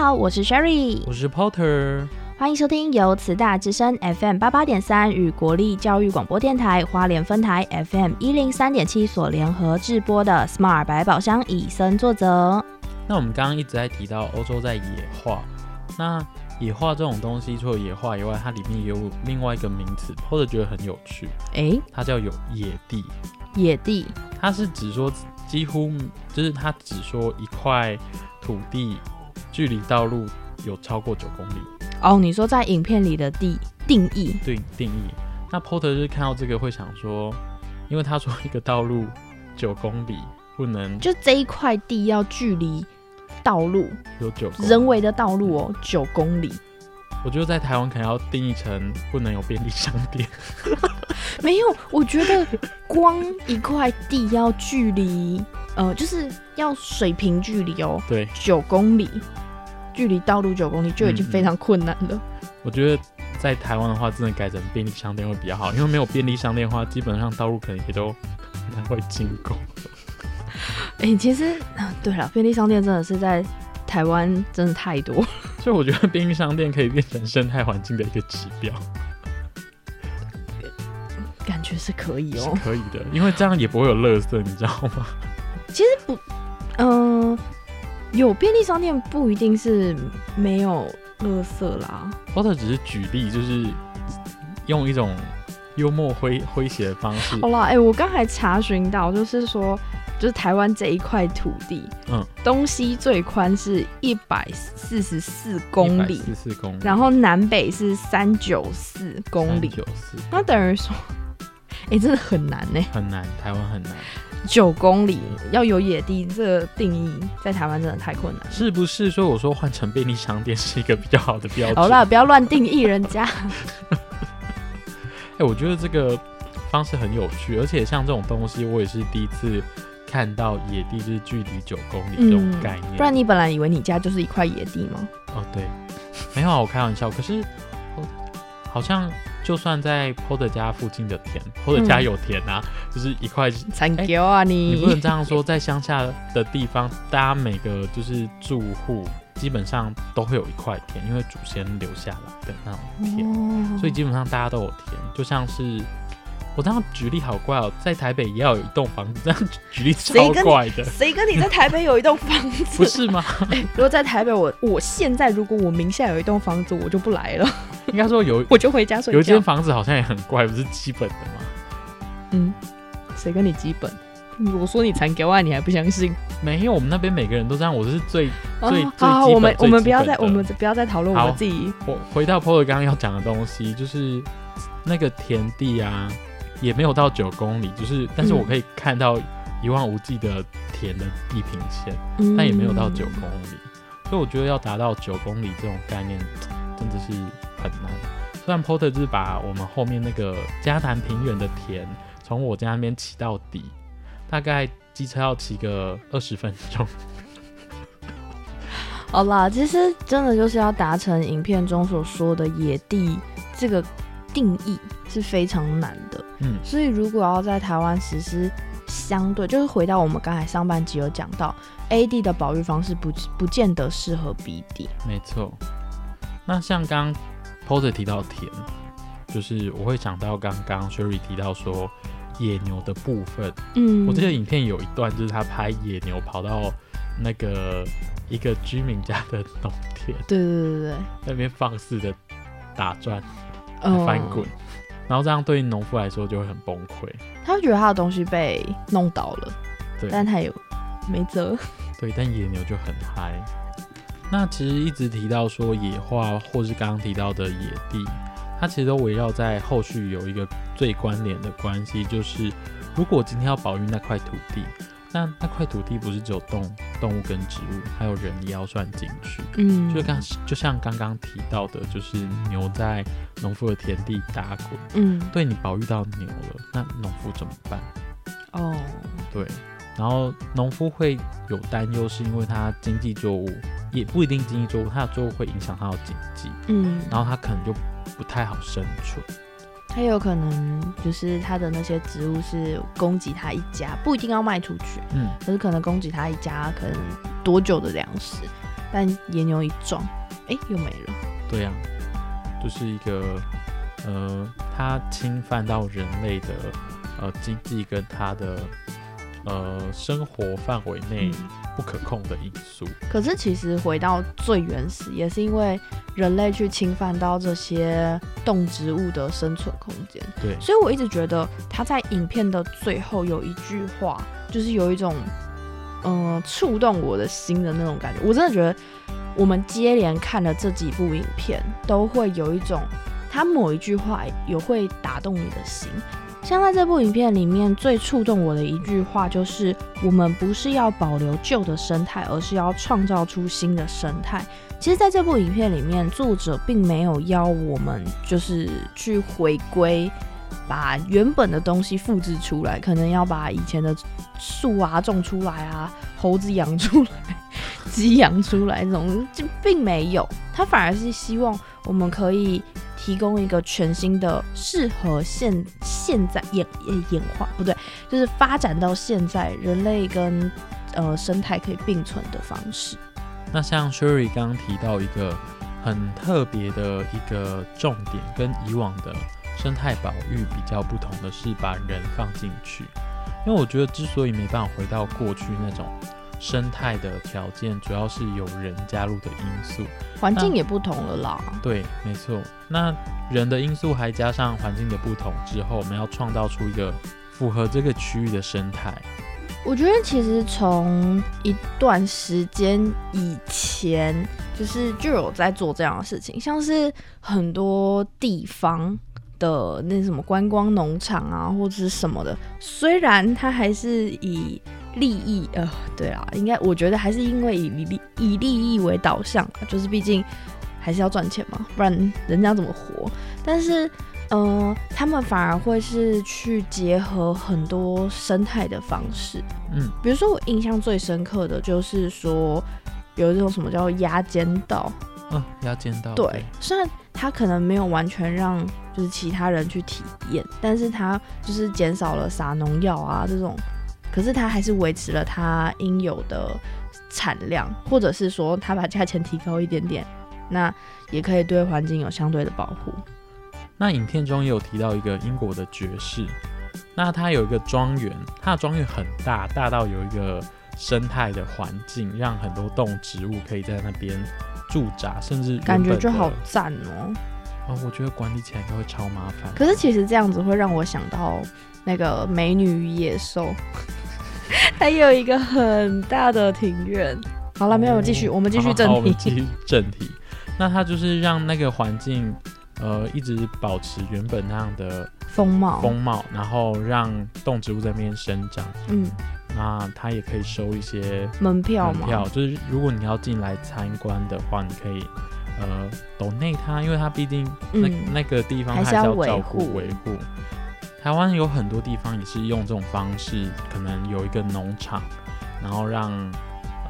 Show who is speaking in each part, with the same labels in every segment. Speaker 1: 好，我是 Sherry，
Speaker 2: 我是 Potter。
Speaker 1: 欢迎收听由慈大之声 FM 八八点三与国立教育广播电台花莲分台 FM 一零三点七所联合制播的《Smart 百宝箱以身作则》。
Speaker 2: 那我们刚刚一直在提到欧洲在野化，那野化这种东西，除了野化以外，它里面也有另外一个名词，Potter 觉得很有趣，
Speaker 1: 诶，
Speaker 2: 它叫有野地。
Speaker 1: 野地，
Speaker 2: 它是指说几乎就是它只说一块土地距离道路有超过九公里
Speaker 1: 哦，你说在影片里的地定义，
Speaker 2: 对定义。那 Porter 就是看到这个会想说，因为他说一个道路九公里不能
Speaker 1: 就这一块地要距离道路
Speaker 2: 有九公里
Speaker 1: 人为的道路哦九公里，
Speaker 2: 我觉得在台湾可能要定义成不能有便利商店，
Speaker 1: 没有，我觉得光一块地要距离，呃，就是要水平距离哦，
Speaker 2: 对
Speaker 1: 九公里，距离道路九公里就已经非常困难了。
Speaker 2: 我觉得在台湾的话，真的改成便利商店会比较好，因为没有便利商店的话，基本上道路可能也都很难会经过。
Speaker 1: 哎、其实，啊对了，便利商店真的是在台湾真的太多，
Speaker 2: 所以我觉得便利商店可以变成生态环境的一个指标，
Speaker 1: 感觉是可以
Speaker 2: 是
Speaker 1: 哦。
Speaker 2: 可以的，因为这样也不会有垃圾，你知道吗？
Speaker 1: 嗯、有便利商店不一定是没有垃圾啦。
Speaker 2: 或者只是举例，就是用一种幽默诙诙谐的方式
Speaker 1: 好，啦，哎、我刚才查询到，就是说，就是台湾这一块土地，
Speaker 2: 嗯，
Speaker 1: 东西最宽是一百四十四公里，
Speaker 2: 四四公里，
Speaker 1: 然后南北是三九四公里，
Speaker 2: 九四
Speaker 1: 那等于 说，哎、真的很难呢、
Speaker 2: 很难，台湾很难，
Speaker 1: 九公里要有野地，这个定义在台湾真的太困难。
Speaker 2: 是不是？所以我说换成便利商店是一个比较好的标准。
Speaker 1: 好啦，不要乱定义人 家。
Speaker 2: 哎、我觉得这个方式很有趣，而且像这种东西，我也是第一次看到野地就是距离九公里这种
Speaker 1: 嗯
Speaker 2: 概念。
Speaker 1: 不然你本来以为你家就是一块野地吗？
Speaker 2: 哦，对，没有啊，我开玩笑。可是，哦好像就算在 Porter 家附近的田，Porter 家
Speaker 1: 嗯
Speaker 2: 有田啊，就是一块。
Speaker 1: 残丢啊
Speaker 2: 你
Speaker 1: 你！
Speaker 2: 不能这样说，在乡下的地方，大家每个就是住户基本上都会有一块田，因为祖先留下来的那种田。
Speaker 1: 哦
Speaker 2: 所以基本上大家都有田，就像是我这样举例好怪哦，在台北也要有一栋房子，这样举例超
Speaker 1: 谁跟你
Speaker 2: 怪 的，
Speaker 1: 谁跟你在台北有一栋房子？
Speaker 2: 不是吗？
Speaker 1: 如果在台北我，我现在如果我名下有一栋房子，我就不来了，
Speaker 2: 应该说有
Speaker 1: 我就回家睡
Speaker 2: 有一间
Speaker 1: 觉。
Speaker 2: 房子好像也很怪，不是基本的吗？
Speaker 1: 嗯，谁跟你基本？我说你残给外，你还不相信？
Speaker 2: 没有，我们那边每个人都这样。我是最
Speaker 1: 啊
Speaker 2: 最
Speaker 1: 好好，
Speaker 2: 最基本
Speaker 1: 我们
Speaker 2: 最
Speaker 1: 我们
Speaker 2: 基
Speaker 1: 不要
Speaker 2: 本
Speaker 1: 再
Speaker 2: 的
Speaker 1: 我们不要再讨论我
Speaker 2: 好
Speaker 1: 们自己。
Speaker 2: 我回到 Polo 刚刚要讲的东西，就是那个田地啊，也没有到九公里，就是但是
Speaker 1: 嗯
Speaker 2: 我可以看到一望无际的田的地平线。
Speaker 1: 嗯
Speaker 2: 但也没有到九公里，所以我觉得要达到九公里这种概念，真的是很难。虽然 Porter 就是把我们后面那个嘉南平原的田，从我家那边骑到底，大概机车要骑个二十分钟。
Speaker 1: 好啦，其实真的就是要达成影片中所说的野地这个定义是非常难的。
Speaker 2: 嗯，
Speaker 1: 所以如果要在台湾实施相对，就是回到我们刚才上半集有讲到，A 地的保育方式不不见得适合 B 地。
Speaker 2: 没错。那像刚 Porter 提到田，就是我会想到刚刚 Sherry 提到说野牛的部分，
Speaker 1: 嗯
Speaker 2: 我记得影片有一段就是他拍野牛跑到那个一个居民家的农田。
Speaker 1: 对对对对对，
Speaker 2: 在那边放肆的打转、
Speaker 1: 嗯
Speaker 2: 翻滚，然后这样对农夫来说就会很崩溃。
Speaker 1: 他会觉得他的东西被弄倒了，
Speaker 2: 对
Speaker 1: 但他也没辙。
Speaker 2: 对，但野牛就很嗨。那其实一直提到说野化，或是刚刚提到的野地，它其实都围绕在后续有一个最关联的关系，就是如果今天要保育那块土地，那那块土地不是只有动动物跟植物，还有人也要算进去。
Speaker 1: 嗯
Speaker 2: 就刚就像刚刚提到的，就是牛在农夫的田地打滚，
Speaker 1: 嗯
Speaker 2: 对你保育到牛了，那农夫怎么办？
Speaker 1: 哦
Speaker 2: 对，然后农夫会有担忧，是因为他经济作物也不一定经济作物，他的作物会影响他的经济，
Speaker 1: 嗯，
Speaker 2: 然后他可能就不太好生存。
Speaker 1: 他有可能就是他的那些植物是供给他一家，不一定要卖出去，
Speaker 2: 嗯，
Speaker 1: 可是可能供给他一家可能多久的粮食，但野牛一撞，哎、又没了。
Speaker 2: 对呀、就是一个呃，它侵犯到人类的呃经济跟它的呃生活范围内不可控的因素。
Speaker 1: 可是其实回到最原始，也是因为人类去侵犯到这些动植物的生存空间，
Speaker 2: 对，
Speaker 1: 所以我一直觉得他在影片的最后有一句话，就是有一种嗯、呃触动我的心的那种感觉。我真的觉得我们接连看了这几部影片，都会有一种他某一句话有会打动你的心。像在这部影片里面最触动我的一句话，就是我们不是要保留旧的生态，而是要创造出新的生态。其实，在这部影片里面，作者并没有要我们就是去回归，把原本的东西复制出来，可能要把以前的树啊种出来啊，猴子养出来， 鸡养出来这种，这并没有。他反而是希望我们可以提供一个全新的、适合现现在演演演化不对，就是发展到现在人类跟呃生态可以并存的方式。
Speaker 2: 那像 Sherry 刚刚提到一个很特别的一个重点，跟以往的生态保育比较不同的是，把人放进去。因为我觉得之所以没办法回到过去那种生态的条件，主要是有人加入的因素。
Speaker 1: 环境
Speaker 2: 那
Speaker 1: 也不同了啦。
Speaker 2: 对，没错。那人的因素还加上环境的不同之后，我们要创造出一个符合这个区域的生态。
Speaker 1: 我觉得其实从一段时间以前，就是就有在做这样的事情，像是很多地方的那什么观光农场啊，或者是什么的，虽然它还是以利益，呃，对啦，应该我觉得还是因为以利以利益为导向，啊就是毕竟还是要赚钱嘛，不然人家怎么活？但是嗯，他们反而会是去结合很多生态的方式，
Speaker 2: 嗯，
Speaker 1: 比如说我印象最深刻的就是说有一种什么叫压尖道，
Speaker 2: 嗯，要见到。
Speaker 1: 对，虽然它可能没有完全让就是其他人去体验，但是它就是减少了撒农药啊这种，可是它还是维持了它应有的产量，或者是说它把价钱提高一点点，那也可以对环境有相对的保护。
Speaker 2: 那影片中也有提到一个英国的爵士，那他有一个庄园，他的庄园很大，大到有一个生态的环境，让很多动植物可以在那边驻扎，甚至原
Speaker 1: 感觉
Speaker 2: 本
Speaker 1: 就
Speaker 2: 的
Speaker 1: 好赞哦、
Speaker 2: 哦，我觉得管理起来应该会超麻烦。
Speaker 1: 可是其实这样子会让我想到那个《美女与野兽》， 它有一个很大的庭院。好了，没有继续，
Speaker 2: 哦
Speaker 1: 我们继续
Speaker 2: 好
Speaker 1: 正
Speaker 2: 好我们继
Speaker 1: 题。
Speaker 2: 续正题。那它就是让那个环境，呃，一直保持原本那样的
Speaker 1: 风貌，
Speaker 2: 风貌，然后让动植物在那边生长。
Speaker 1: 嗯，
Speaker 2: 那它也可以收一些
Speaker 1: 门票
Speaker 2: 门
Speaker 1: 嘛，
Speaker 2: 票，就是如果你要进来参观的话，你可以呃 donate 它，因为它毕竟那、
Speaker 1: 嗯
Speaker 2: 那个地方
Speaker 1: 还
Speaker 2: 还
Speaker 1: 是
Speaker 2: 是
Speaker 1: 要
Speaker 2: 要
Speaker 1: 维
Speaker 2: 照顾
Speaker 1: 护
Speaker 2: 维护。台湾有很多地方也是用这种方式，可能有一个农场，然后让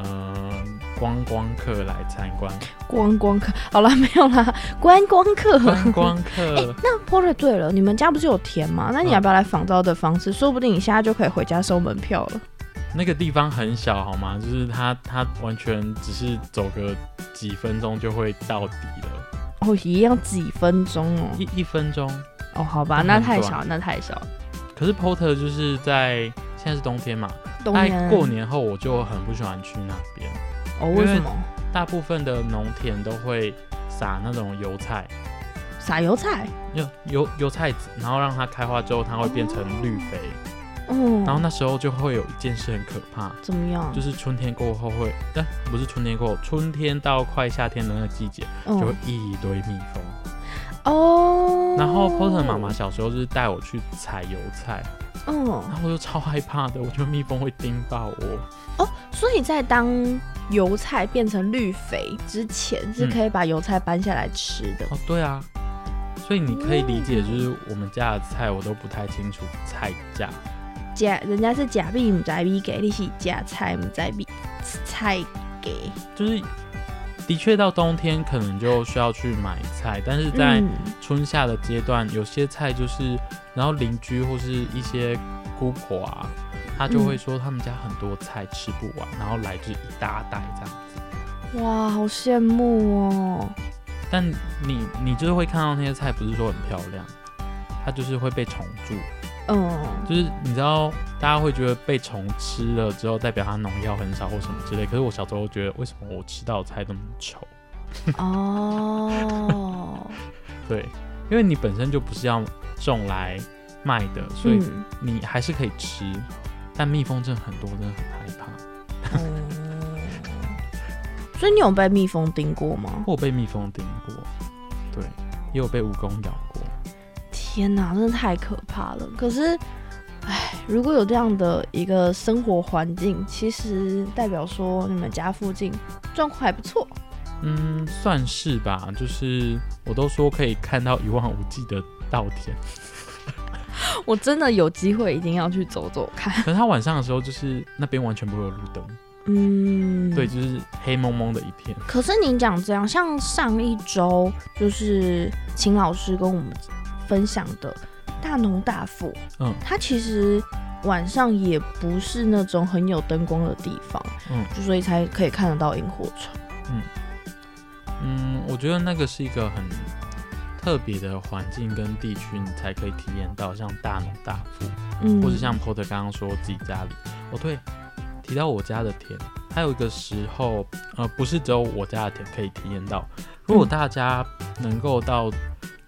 Speaker 2: 呃观光客来参 观，
Speaker 1: 观光客。好了，没有啦， 观光客。
Speaker 2: 观光 客
Speaker 1: 那 Porter 对了，你们家不是有田吗？那你
Speaker 2: 嗯
Speaker 1: 要不要来仿照的方式？说不定你现在就可以回家收门票了。
Speaker 2: 那个地方很小好吗？就是它它完全只是走个几分钟就会到底了，
Speaker 1: 哦，一样几分钟哦。
Speaker 2: 一一分钟。
Speaker 1: 哦，好吧，
Speaker 2: 那
Speaker 1: 那
Speaker 2: 很啊
Speaker 1: 太
Speaker 2: 短
Speaker 1: 小，那太小。
Speaker 2: 可是 Porter 就是在现在是冬天嘛，
Speaker 1: 冬
Speaker 2: 哎，
Speaker 1: 天
Speaker 2: 过年后我就很不喜欢去那边，
Speaker 1: 哦，为
Speaker 2: 因为
Speaker 1: 什么？
Speaker 2: 大部分的农田都会撒那种油菜，
Speaker 1: 撒油菜。
Speaker 2: 油油油菜籽，然后让它开花之后，它会变成绿肥，
Speaker 1: 嗯，
Speaker 2: 然后那时候就会有一件事很可怕，
Speaker 1: 怎么样？
Speaker 2: 就是春天过后会，但、不是春天过后，春天到快夏天的那个季节，就会
Speaker 1: 嗯
Speaker 2: 一堆蜜蜂。
Speaker 1: 哦，
Speaker 2: 然后 Potter 妈妈，小时候就是带我去采油菜，然
Speaker 1: 嗯
Speaker 2: 后我就超害怕的，我觉得蜜蜂会叮爆我。
Speaker 1: 哦，所以在当油菜变成绿肥之前，是可以把油菜搬下来吃的。
Speaker 2: 嗯哦，对啊，所以你可以理解，就是我们家的菜我都不太清楚菜价。
Speaker 1: 假、人家是假币，唔在币给，你是假菜，唔在币菜给。
Speaker 2: 就是的确到冬天可能就需要去买菜，但是在
Speaker 1: 嗯
Speaker 2: 春夏的阶段，有些菜就是，然后邻居或是一些姑婆啊，她就会说他们家很多菜吃不完，然后来就是一大袋这样子。
Speaker 1: 哇，好羡慕哦！
Speaker 2: 但你你就是会看到那些菜，不是说很漂亮，它就是会被虫蛀。
Speaker 1: 嗯，
Speaker 2: 就是你知道，大家会觉得被虫吃了之后，代表它农药很少或什么之类。可是我小时候觉得，为什么我吃到的菜那么丑？
Speaker 1: 哦，
Speaker 2: 对，因为你本身就不是要种来卖的，所以
Speaker 1: 嗯，
Speaker 2: 你还是可以吃。但蜜蜂真的很多，真的很害怕。
Speaker 1: 哦所以你有被蜜蜂叮过吗？
Speaker 2: 我有被蜜蜂叮过，对，也有被蜈蚣咬过。
Speaker 1: 天哪，真的太可怕了！可是，唉，如果有这样的一个生活环境，其实代表说你们家附近状况还不错。
Speaker 2: 嗯，算是吧，就是我都说可以看到一望无际的稻田，
Speaker 1: 我真的有机会一定要去走走看。
Speaker 2: 可是它晚上的时候，就是那边完全不会有路灯，
Speaker 1: 嗯，
Speaker 2: 对，就是黑蒙蒙的一片。
Speaker 1: 可是你讲这样，像上一周就是秦老师跟我们分享的大农大富，
Speaker 2: 嗯
Speaker 1: 它其实晚上也不是那种很有灯光的地方，
Speaker 2: 嗯
Speaker 1: 就所以才可以看得到萤火虫。
Speaker 2: 嗯，我觉得那个是一个很特别的环境跟地区，你才可以体验到像大农大富，
Speaker 1: 嗯
Speaker 2: 或者像 Porter 刚刚说自己家里。哦，对，提到我家的田，还有一个时候，呃，不是只有我家的田可以体验到。如果
Speaker 1: 嗯
Speaker 2: 大家能够到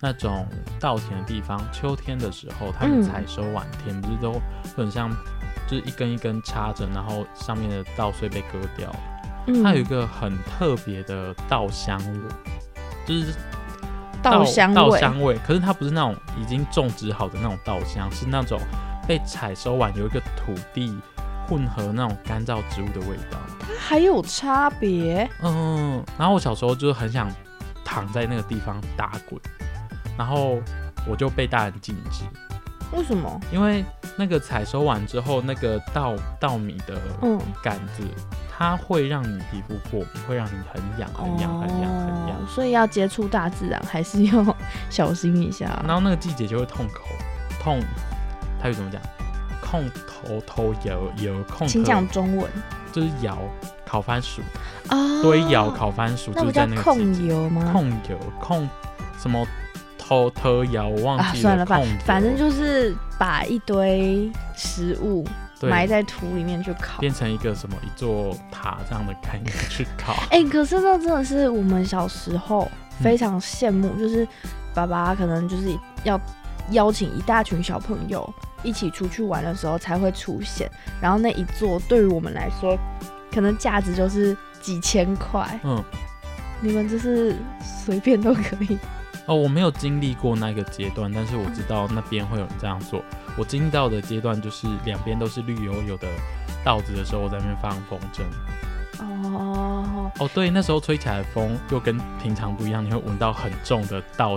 Speaker 2: 那种稻田的地方，秋天的时候，它
Speaker 1: 嗯
Speaker 2: 们采收完田，不是都会很像，就是一根一根插着，然后上面的稻穗被割掉。
Speaker 1: 嗯
Speaker 2: 它有一个很特别的稻香味，就是
Speaker 1: 稻香
Speaker 2: 稻
Speaker 1: 味，
Speaker 2: 香味。可是它不是那种已经种植好的那种稻香，是那种被采收完有一个土地混合那种干燥植物的味道。
Speaker 1: 它还有差别。
Speaker 2: 嗯，然后我小时候就是很想躺在那个地方打滚，然后我就被大人禁止，
Speaker 1: 为什么？
Speaker 2: 因为那个采收完之后，那个稻稻米的
Speaker 1: 嗯，
Speaker 2: 杆子。它会让你皮肤过敏，会让你很痒、很痒、很痒、很痒
Speaker 1: 哦，。所以要接触大自然，还是要小心一下。
Speaker 2: 然后那个季节就会痛口，痛，台语怎么讲？控头头摇摇控
Speaker 1: 请
Speaker 2: 头
Speaker 1: 讲中文
Speaker 2: 就是摇烤番薯，
Speaker 1: 啊
Speaker 2: 堆摇烤番薯
Speaker 1: 那
Speaker 2: 就
Speaker 1: 不
Speaker 2: 是
Speaker 1: 叫
Speaker 2: 在那个季
Speaker 1: 控
Speaker 2: 节。
Speaker 1: 油吗？
Speaker 2: 控油控什么头头摇，我忘
Speaker 1: 啊，
Speaker 2: 记
Speaker 1: 算了，
Speaker 2: 控
Speaker 1: 反
Speaker 2: 油
Speaker 1: 反正就是把一堆食物
Speaker 2: 对
Speaker 1: 埋在土里面去烤。
Speaker 2: 变成一个什么一座塔这样的概念去烤。
Speaker 1: 哎、可是那真的是我们小时候
Speaker 2: 嗯
Speaker 1: 非常羡慕，就是爸爸可能就是要邀请一大群小朋友一起出去玩的时候才会出现，然后那一座对于我们来说，可能价值就是几千块，
Speaker 2: 嗯，
Speaker 1: 你们就是随便都可以。
Speaker 2: 哦，我没有经历过那个阶段，但是我知道那边会有人这样做。我经历到的阶段就是两边都是绿油油的稻子的时候，我在那边放风筝。
Speaker 1: 哦，
Speaker 2: 哦，对，那时候吹起来的风又跟平常不一样，你会闻到很重的稻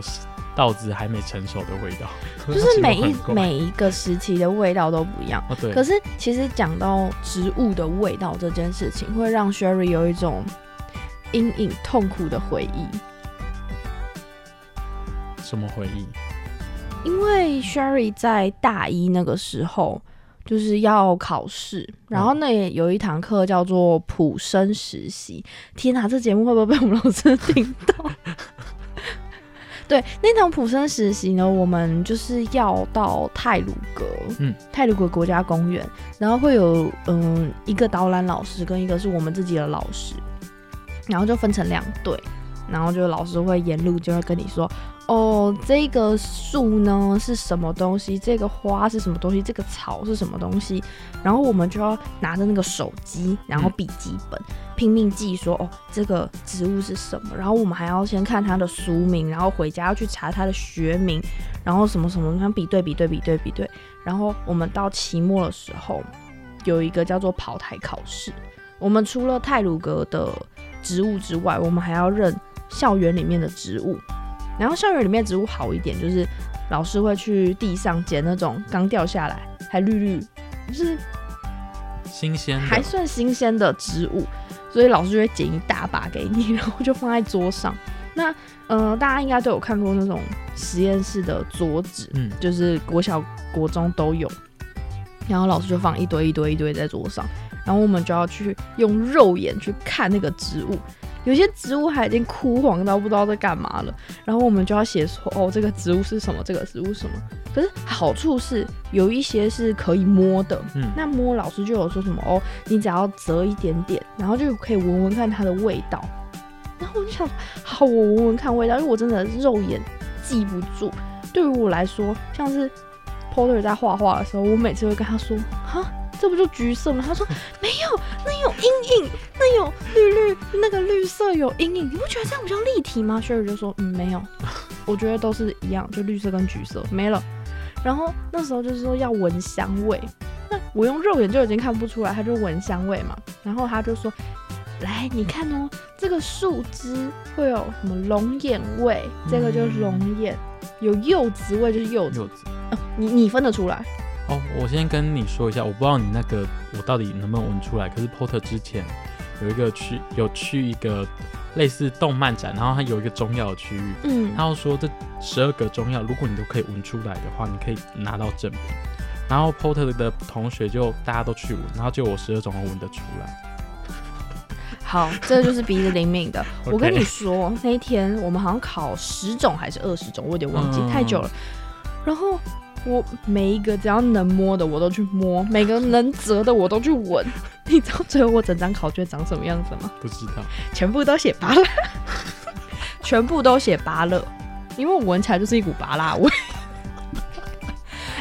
Speaker 2: 稻子还没成熟的味道，
Speaker 1: 就是每
Speaker 2: 很
Speaker 1: 一
Speaker 2: 怪
Speaker 1: 每一个时期的味道都不一样。
Speaker 2: 哦对，
Speaker 1: 可是其实讲到植物的味道这件事情，会让 Sherry 有一种阴影、痛苦的回忆。
Speaker 2: 什么回忆？
Speaker 1: 因为 Sherry 在大一那个时候就是要考试，然后那也有一堂课叫做普生实习。天哪，这节目会不会被我们老师听到？ 对，那堂普生实习呢，我们就是要到泰鲁阁，
Speaker 2: 嗯，
Speaker 1: 泰鲁阁国家公园，然后会有嗯一个导览老师跟一个是我们自己的老师，然后就分成两队，然后就老师会沿路就会跟你说，哦，这个树呢是什么东西，这个花是什么东西，这个草是什么东西，然后我们就要拿着那个手机，然后笔记本、拼命记说，哦，这个植物是什么，然后我们还要先看它的俗名，然后回家要去查它的学名，然后什么什么，像比对比对比对比对，然后我们到期末的时候有一个叫做跑台考试，我们除了泰鲁格的植物之外，我们还要认校园里面的植物。然后校园里面植物好一点，就是老师会去地上捡那种刚掉下来还绿绿，就是
Speaker 2: 新鲜
Speaker 1: 还
Speaker 2: 的，
Speaker 1: 算新鲜的植物，所以老师就会剪一大把给你，然后就放在桌上。那呃，大家应该都有看过那种实验室的桌子，
Speaker 2: 嗯，
Speaker 1: 就是国小、国中都有。然后老师就放一堆一堆一堆在桌上，然后我们就要去用肉眼去看那个植物。有些植物还已经枯黄到不知道在干嘛了，然后我们就要写说哦，这个植物是什么，这个植物是什么。可是好处是有一些是可以摸的，
Speaker 2: 嗯
Speaker 1: 那摸老师就有说什么哦，你只要折一点点，然后就可以闻闻看它的味道。然后我就想，好，我闻闻看味道，因为我真的肉眼记不住。对于我来说，像是 Porter 在画画的时候，我每次会跟他说，哈，这不就橘色吗？他说没有，那有阴影，那有绿绿，那个绿色有阴影，你不觉得这样比较立体吗？雪儿就说，嗯，没有， 我觉得都是一样，就绿色跟橘色没了。然后那时候就是说要闻香味，那我用肉眼就已经看不出来，他就闻香味嘛。然后他就说：“来，你看哦，这个树枝会有什么龙眼味，这个就是龙眼；有柚子味就是柚子。
Speaker 2: 柚子。
Speaker 1: 呃你你分得出来？
Speaker 2: 哦，我先跟你说一下，我不知道你那个我到底能不能闻出来。可是 Porter 之前有一个去有去一个类似动漫展，然后它有一个中药的区域，
Speaker 1: 嗯，
Speaker 2: 他要说这十二个中药，如果你都可以闻出来的话，你可以拿到证明。然后 Porter 的同学就大家都去闻，然后就我十二种都闻得出来。
Speaker 1: 好，这个就是鼻子灵敏 的。我跟
Speaker 2: OK
Speaker 1: 你说，那一天我们好像考十种还是二十种，我有点忘记，
Speaker 2: 嗯
Speaker 1: 太久了。然后我每一个只要能摸的我都去摸，每个能折的我都去闻。 你知道最后我整张考卷长什么样子吗？
Speaker 2: 不知道，
Speaker 1: 全部都写芭乐， 全部都写芭乐，因为我闻起来就是一股芭辣 味。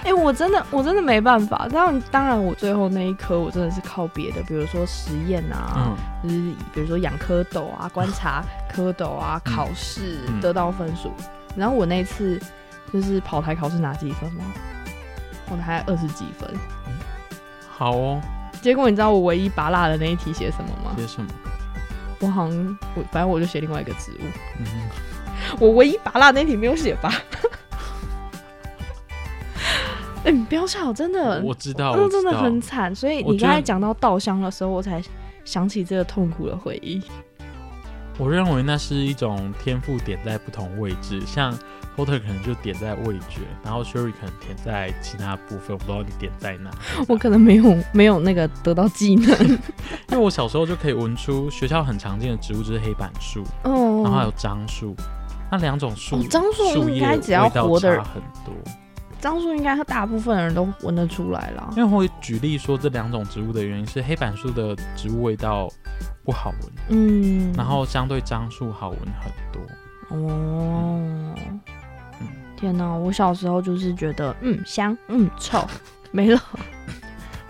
Speaker 1: 哎、我真的，我真的没办法。当然，当然，我最后那一科我真的是靠别的，比如说实验啊，就
Speaker 2: 嗯，
Speaker 1: 是比如说养蝌蚪啊、观 察蝌蚪啊、
Speaker 2: 嗯
Speaker 1: 考试
Speaker 2: 嗯
Speaker 1: 得到分数。然后我那一次就是跑台考试拿几分吗？我拿二十几分。
Speaker 2: 好哦，
Speaker 1: 结果你知道我唯一拔辣的那一题写什么吗？
Speaker 2: 写什么？
Speaker 1: 我好像我反正我就写另外一个植物。
Speaker 2: 嗯，
Speaker 1: 我唯一拔蜡那题没有写吧？ 哎、你不要笑，真的，
Speaker 2: 我知道，
Speaker 1: 那
Speaker 2: 我
Speaker 1: 真
Speaker 2: 知
Speaker 1: 的
Speaker 2: 道
Speaker 1: 很。惨。所以
Speaker 2: 我
Speaker 1: 你
Speaker 2: 觉得
Speaker 1: 刚才讲到稻香的时候，我才想起这个痛苦的回忆。
Speaker 2: 我认为那是一种天赋点在不同位置，像 Porter 可能就点在味觉，然后 Sherry 可能点在其他部分，我不知道你点在哪。
Speaker 1: 我可能没有没有那个得到技能，
Speaker 2: 因为我小时候就可以闻出学校很常见的植物就是黑板树，
Speaker 1: 哦，
Speaker 2: 然后还有樟树，那两种树、
Speaker 1: 哦樟树
Speaker 2: 树
Speaker 1: 应
Speaker 2: 叶
Speaker 1: 该只要
Speaker 2: 味道
Speaker 1: 活的
Speaker 2: 差很多。
Speaker 1: 樟树应该大部分人都闻得出来啦。
Speaker 2: 因为我会举例说这两种植物的原因是黑板树的植物味道不好闻，
Speaker 1: 嗯，
Speaker 2: 然后相对樟树好闻很多。
Speaker 1: 哦
Speaker 2: 嗯，
Speaker 1: 天哪！我小时候就是觉得，嗯，香，嗯，臭，没了。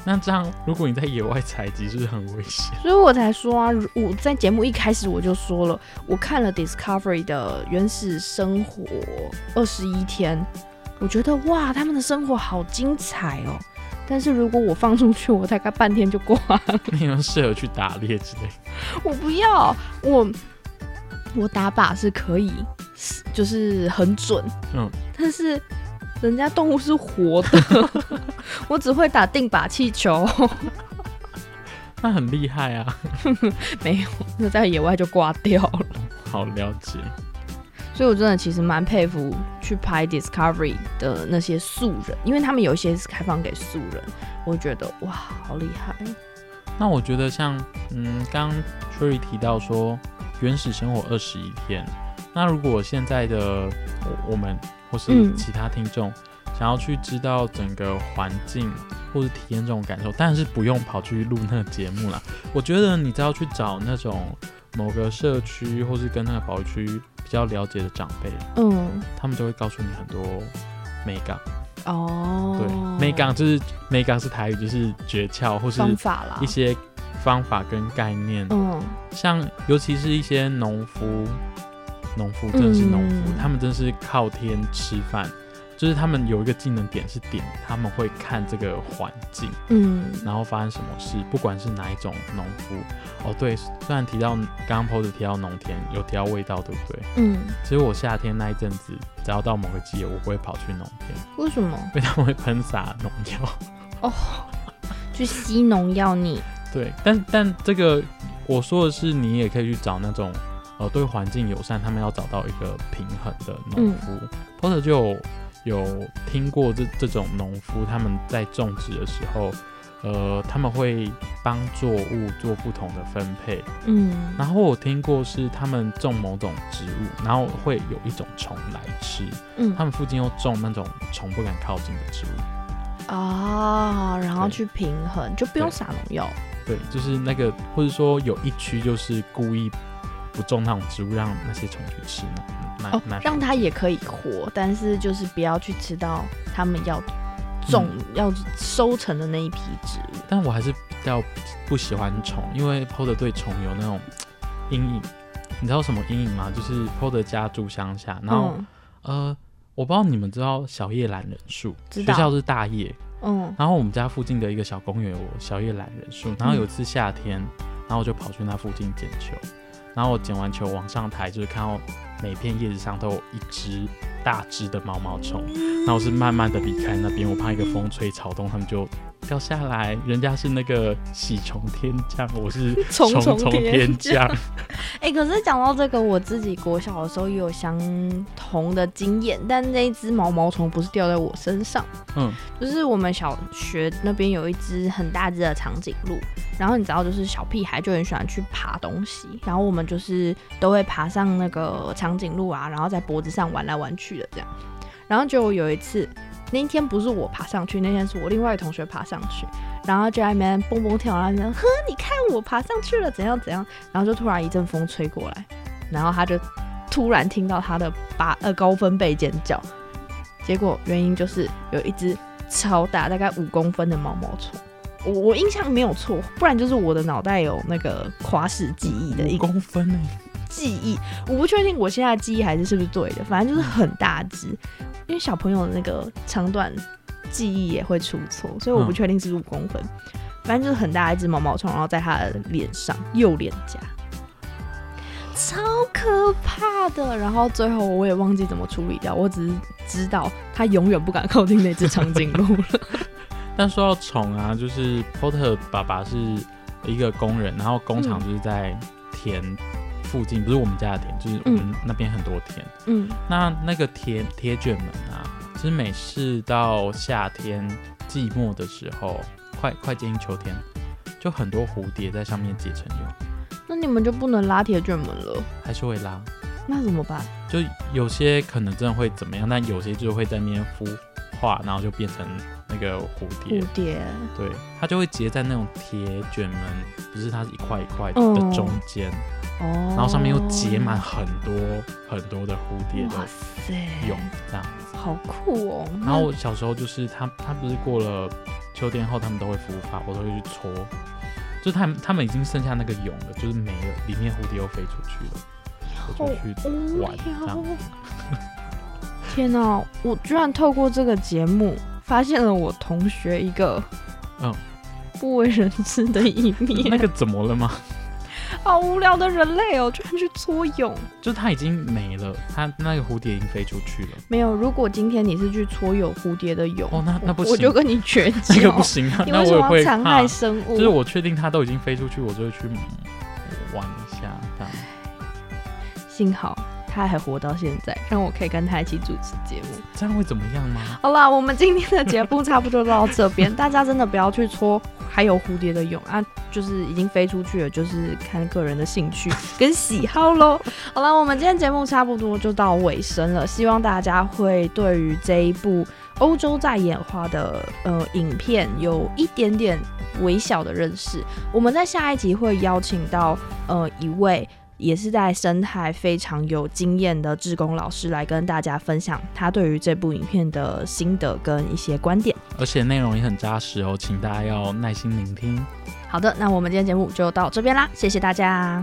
Speaker 2: 那这样如果你在野外采集，是不是很危险？
Speaker 1: 所以我才说啊，如我在节目一开始我就说了，我看了 Discovery 的原始生活二十一天，我觉得哇，他们的生活好精彩哦。但是如果我放出去，我大概半天就挂了。
Speaker 2: 你们适合去打猎之类的。
Speaker 1: 我不要，我我打靶是可以，是就是很准，
Speaker 2: 嗯，
Speaker 1: 但是人家动物是活的， 我只会打定靶气球，
Speaker 2: 那很厉害啊！
Speaker 1: 没有，那在野外就挂掉了。
Speaker 2: 好了解，
Speaker 1: 所以我真的其实蛮佩服去拍 Discovery 的那些素人，因为他们有一些是开放给素人，我觉得哇，好厉害！
Speaker 2: 那我觉得像嗯，刚 Cherry 提到说原始生活二十一天，那如果现在的我我们或是
Speaker 1: 嗯
Speaker 2: 其他听众、想要去知道整个环境或是体验这种感受，但是不用跑去录那个节目啦。我觉得你只要去找那种某个社区或是跟那个保育区比较了解的长辈，
Speaker 1: 嗯，
Speaker 2: 他们就会告诉你很多美感。
Speaker 1: 哦，
Speaker 2: 对，美感就是美感是台语，就是诀窍或是
Speaker 1: 方法啦
Speaker 2: 一，些方法跟概念。
Speaker 1: 嗯，
Speaker 2: 像尤其是一些农夫，农夫真的是农夫，
Speaker 1: 嗯
Speaker 2: 他们真是靠天吃饭。就是他们有一个技能点是点，他们会看这个环境，
Speaker 1: 嗯，
Speaker 2: 然后发生什么事，不管是哪一种农夫。哦，对，虽然提到刚刚 p o 提到农田，有提到味道，对不对？
Speaker 1: 嗯，
Speaker 2: 其实我夏天那一阵子，只要到某个季节，我不会跑去农田，
Speaker 1: 为什么
Speaker 2: 因为他们会喷洒农药。
Speaker 1: 去吸农药你？
Speaker 2: 对，但但这个我说的是，你也可以去找那种呃对环境友善，他们要找到一个平衡的农夫。或者就有有听过这这种农夫，他们在种植的时候，呃，他们会帮作物做不同的分配。
Speaker 1: 嗯，
Speaker 2: 然后我听过是他们种某种植物，然后会有一种虫来吃，
Speaker 1: 嗯
Speaker 2: 他们附近又种那种虫不敢靠近的植物。
Speaker 1: 啊、然后
Speaker 2: 对
Speaker 1: 去平衡，就不用
Speaker 2: 对
Speaker 1: 撒农药。
Speaker 2: 对，就是那个，或者说有一区就是故意不种那种植物，让那些虫去吃那那
Speaker 1: 哦
Speaker 2: 那，
Speaker 1: 让它也可以活，但是就是不要去吃到他们要种、要收成的那一批植物。
Speaker 2: 但我还是比较不喜欢虫，因为 Pod 对虫有那种阴影。你知道什么阴影吗？就是 Pod 家住乡下，然后、
Speaker 1: 嗯
Speaker 2: 呃，我不知道你们知道小叶懒人树，
Speaker 1: 知
Speaker 2: 学
Speaker 1: 道
Speaker 2: 校是大叶，
Speaker 1: 嗯
Speaker 2: 然后我们家附近的一个小公园有小叶懒人树，然后有一次夏天，然后我就跑去那附近捡球，然后我捡完球往上抬，就是看到每片叶子上都有一只大只的毛毛虫，然后我是慢慢的离开那 边，我怕一个风吹草动，它们就。掉下来，人家是那个喜从天降，我是
Speaker 1: 虫
Speaker 2: 虫
Speaker 1: 从
Speaker 2: 从
Speaker 1: 天
Speaker 2: 天降。
Speaker 1: 哎、可是讲到这个，我自己国小的时候也有相同的经验，但那一只毛毛虫不是掉在我身上，
Speaker 2: 嗯，
Speaker 1: 就是我们小学那边有一只很大只的长颈鹿，然后你知道，就是小屁孩就很喜欢去爬东西，然后我们就是都会爬上那个长颈鹿啊，然后在脖子上玩来玩去的这样。然后就有一次，那一天不是我爬上去，那天是我另外一个同学爬上去，然后就在那边蹦蹦跳，然后那边呵，你看我爬上去了，怎样怎样，然后就突然一阵风吹过来，然后他就突然听到他的八呃高分贝尖叫，结果原因就是有一只超大，大概五公分的毛毛虫。我我印象没有错，不然就是我的脑袋有那个跨式记忆的一
Speaker 2: 五
Speaker 1: 个
Speaker 2: 公分呢、
Speaker 1: 记忆，我不确定我现在的记忆还是是不是对的，反正就是很大只，因为小朋友的那个长短记忆也会出错，所以我不
Speaker 2: 嗯
Speaker 1: 确定是不是五公分，反正就是很大一只毛毛虫，然后在他的脸上右脸颊，超可怕的。然后最后我也忘记怎么处理掉，我只是知道他永远不敢靠近那只长颈鹿 了。
Speaker 2: 但说到虫啊，就是 Porter 爸爸是一个工人，然后工厂就是在田附近，不是我们家的田，就是我们那边很多田。
Speaker 1: 嗯
Speaker 2: 那那个铁铁卷门啊，其实每次到夏天季末的时候，快快接近秋天，就很多蝴蝶在上面结成蛹，
Speaker 1: 那你们就不能拉铁卷门了，
Speaker 2: 还是会拉。
Speaker 1: 那怎么办？
Speaker 2: 就有些可能真的会怎么样，但有些就会在那边孵化，然后就变成那个蝴蝶。
Speaker 1: 蝴蝶，
Speaker 2: 对，它就会结在那种铁卷门，不是它是一块一块的
Speaker 1: 嗯
Speaker 2: 中间，
Speaker 1: 哦，
Speaker 2: 然后上面又结满很多很多的蝴蝶
Speaker 1: 哇
Speaker 2: 的
Speaker 1: 塞，
Speaker 2: 蛹，这样。
Speaker 1: 好酷哦！
Speaker 2: 然后我小时候就是它，它不是过了秋天后，它们都会孵化，我都会去戳，就它们它们已经剩下那个蛹了，就是没了，里面蝴蝶又飞出去了，我就去
Speaker 1: 好无
Speaker 2: 玩这
Speaker 1: 聊
Speaker 2: 样。
Speaker 1: 哦。 天哪、我居然透过这个节目发现了我同学一个
Speaker 2: 嗯
Speaker 1: 不为人知的一
Speaker 2: 那
Speaker 1: 面，
Speaker 2: 个怎么了吗？
Speaker 1: 好无聊的人类哦，居然去搓蛹。
Speaker 2: 就它已经没了，它那个蝴蝶已经飞出去了。
Speaker 1: 没有，如果今天你是去搓有蝴蝶的蛹，
Speaker 2: 哦，那那不
Speaker 1: 我
Speaker 2: 行，
Speaker 1: 我就跟你绝交。
Speaker 2: 那个不行啊，
Speaker 1: 你
Speaker 2: 那
Speaker 1: 为
Speaker 2: 我
Speaker 1: 什
Speaker 2: 也
Speaker 1: 么要
Speaker 2: 会
Speaker 1: 残
Speaker 2: 怕
Speaker 1: 害生物？
Speaker 2: 就是我确定它都已经飞出去，我就会去嗯玩一下这样。
Speaker 1: 幸好他还活到现在，让我可以跟他一起主持节目。
Speaker 2: 这样会怎么样吗？
Speaker 1: 好啦，我们今天的节目差不多到这边，大家真的不要去搓还有蝴蝶的蛹啊，就是已经飞出去了，就是看个人的兴趣跟喜好喽。好啦，我们今天节目差不多就到尾声了，希望大家会对于这一部欧洲在演化的呃影片有一点点微小的认识。我们在下一集会邀请到呃一位。也是在生态非常有经验的志工老师来跟大家分享他对于这部影片的心得跟一些观点。
Speaker 2: 而且内容也很扎实哦，请大家要耐心聆听。
Speaker 1: 好的，那我们今天节目就到这边啦，谢谢大家，